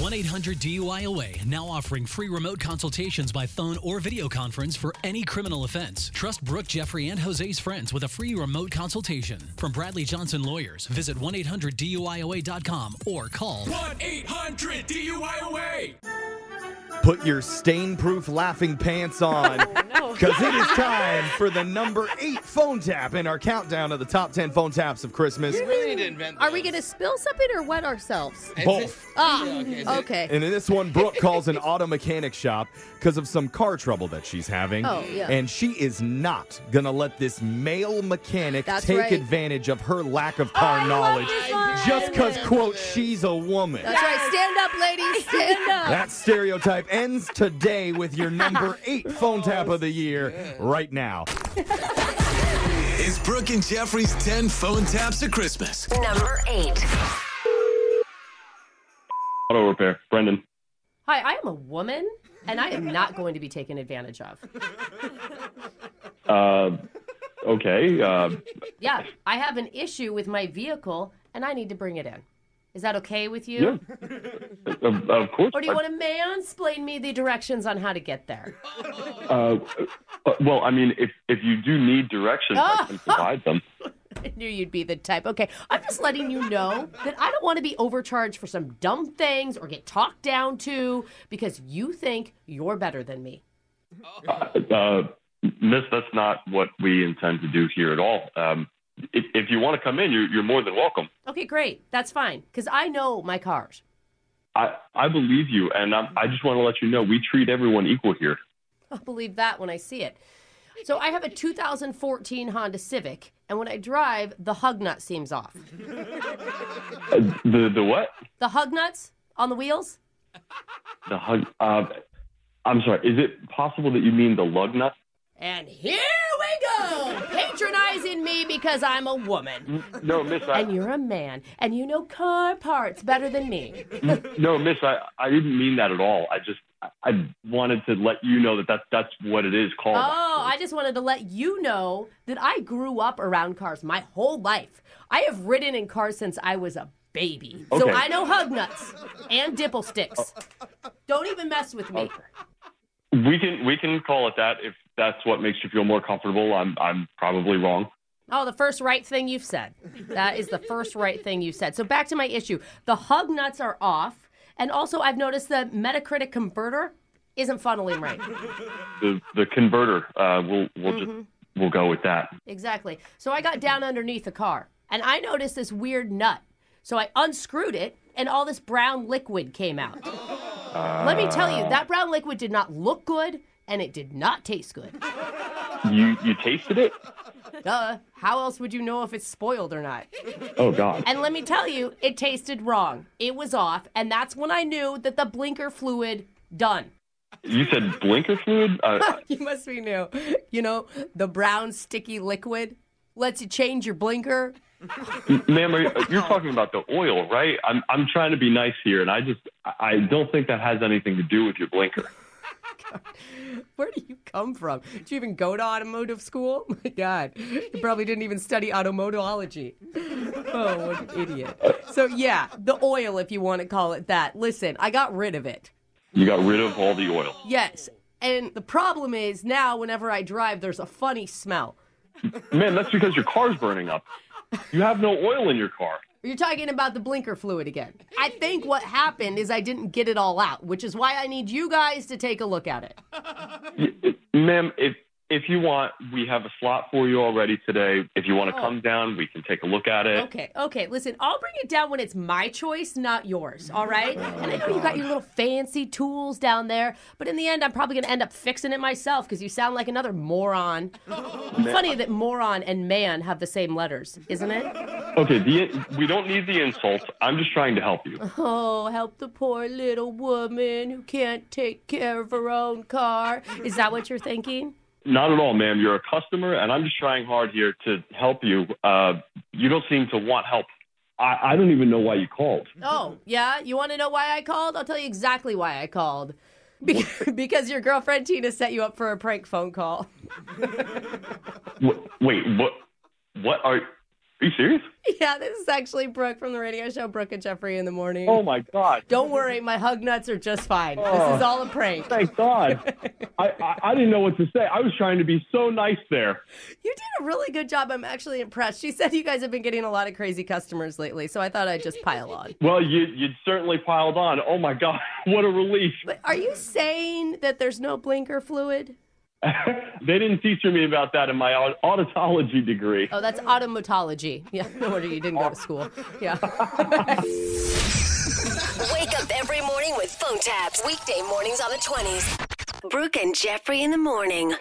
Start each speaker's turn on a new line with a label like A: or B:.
A: 1 800 DUIOA now offering free remote consultations by phone or video conference for any criminal offense. Trust Brooke, Jeffrey, and Jose's friends with a free remote consultation. From Bradley Johnson Lawyers, visit 1 800 DUIOA.com or call
B: 1 800 DUIOA.
C: Put your stain proof laughing pants on. Because it is time for the number eight phone tap in our countdown of the top 10 phone taps of Christmas.
D: really need to invent
E: Are we going to spill something or wet ourselves?
C: Both.
E: Ah,
D: okay, is it-
E: okay.
C: And in this one, Brooke calls an auto mechanic shop because of some car trouble that she's having.
E: Oh, yeah.
C: And she is not going to let this male mechanic
E: That's
C: take
E: right.
C: advantage of her lack of car
E: I love
C: knowledge.
E: this one.
C: Just because,
D: I love
C: quote,
D: this.
C: she's a woman.
E: That's right. Stand up, ladies. Stand up.
C: That stereotype ends today with your number eight phone tap of the year right now.
B: It's Brooke and Jeffrey's 10 phone taps of Christmas.
F: Number eight.
G: Auto repair, Brendan.
H: Hi, I am a woman, and I am not going to be taken advantage of.
G: Uh, okay. Uh,
H: Yeah, I have an issue with my vehicle, and I need to bring it in. Is that okay with you?
G: yeah. of, of course.
H: Or do you want to mansplain me the directions on how to get there?
G: uh, uh, well, I mean, if if you do need directions, I can provide them.
H: I knew you'd be the type. Okay, I'm just letting you know that I don't want to be overcharged for some dumb things or get talked down to because you think you're better than me.
G: Uh, miss, that's not what we intend to do here at all. Um, if, if you want to come in, you're, you're more than welcome.
H: Okay, great. That's fine because I know my cars.
G: I, I believe you, and i I just want to let you know we treat everyone equal here.
H: I'll believe that when I see it. So I have a 2014 Honda Civic, and when I drive, the hug nut seems off.
G: Uh, the the what?
H: The hug nuts on the wheels?
G: The hug. Uh, I'm sorry. Is it possible that you mean the lug nut?
H: And here we go! Patronizing me because I'm a woman.
G: No, miss. I,
H: And you're a man, and you know car parts better than me.
G: No, Miss, I, I didn't mean that at all. I just I, I wanted to let you know that, that that's what it is called.
H: Oh, I just wanted to let you know that I grew up around cars my whole life. I have ridden in cars since I was a baby. So
G: Okay.
H: I know hug nuts and dimple sticks. Don't even mess with me.
G: We can we can call it that if that's what makes you feel more comfortable. I'm I'm probably wrong.
H: Oh, the first right thing you've said. That is the first right thing you said. So back to my issue. The hug nuts are off. And also, I've noticed the Metacritic converter isn't funneling right.
G: The the converter. Uh, we'll we'll just we'll go with that.
H: Exactly. So I got down underneath the car and I noticed this weird nut. So I unscrewed it and all this brown liquid came out. Let me tell you, that brown liquid did not look good and it did not taste good.
G: You you tasted it?
H: Duh. How else would you know if it's spoiled or not?
G: Oh God.
H: And let me tell you, it tasted wrong. It was off, and that's when I knew that the blinker fluid done.
G: You said blinker fluid? Uh,
H: You must be new. You know, the brown sticky liquid lets you change your blinker.
G: ma'am, are you, uh, you're talking about the oil, right? I'm I'm trying to be nice here, and I just I I don't think that has anything to do with your blinker.
H: Where do you come from? Did you even go to automotive school? My God, you probably didn't even study automotology. Oh, what an idiot. So, yeah, the oil, if you want to call it that. Listen, I got rid of it.
G: You got rid of all the oil.
H: Yes. And the problem is now, whenever I drive, there's a funny smell.
G: Man, that's because your car's burning up. You have no oil in your car.
H: You're talking about the blinker fluid again. I think what happened is I didn't get it all out, which is why I need you guys to take a look at it.
G: Y- Ma'am, if if you want, we have a slot for you already today. If you want to come down, we can take a look at it.
H: Okay, okay, listen, I'll bring it down when it's my choice, not yours, all right? And I know you got your little fancy tools down there, but in the end, I'm probably gonna end up fixing it myself because you sound like another moron. Funny that moron and man have the same letters, isn't it?
G: Okay, the, we don't need the insults. I'm just trying to help you.
H: Oh, help the poor little woman who can't take care of her own car. Is that what you're thinking?
G: Not at all, ma'am. You're a customer, and I'm just trying hard here to help you. Uh, you don't seem to want help. I, I don't even know why you called.
H: Oh, yeah? You want to know why I called? I'll tell you exactly why I called. Be- because your girlfriend Tina set you up for a prank phone call.
G: W- wait, what? What are? Are you serious?
H: Yeah, this is actually Brooke from the radio show Brooke and Jeffrey in the morning.
G: Oh my God.
H: Don't worry, my hug nuts are just fine. This is all a prank.
G: Thank God. I, I, I didn't know what to say. I was trying to be so nice there.
H: You did a really good job. I'm actually impressed. She said you guys have been getting a lot of crazy customers lately, so I thought I'd just pile on.
G: Well, you you certainly piled on. Oh my God, what a relief!
H: But are you saying that there's no blinker fluid?
G: They didn't teach me about that in my au- auditology degree.
H: Oh, that's automatology. Yeah, no wonder you didn't go to school. Yeah.
D: Wake up every morning with phone taps. Weekday mornings on the 20s. Brooke and Jeffrey in the morning.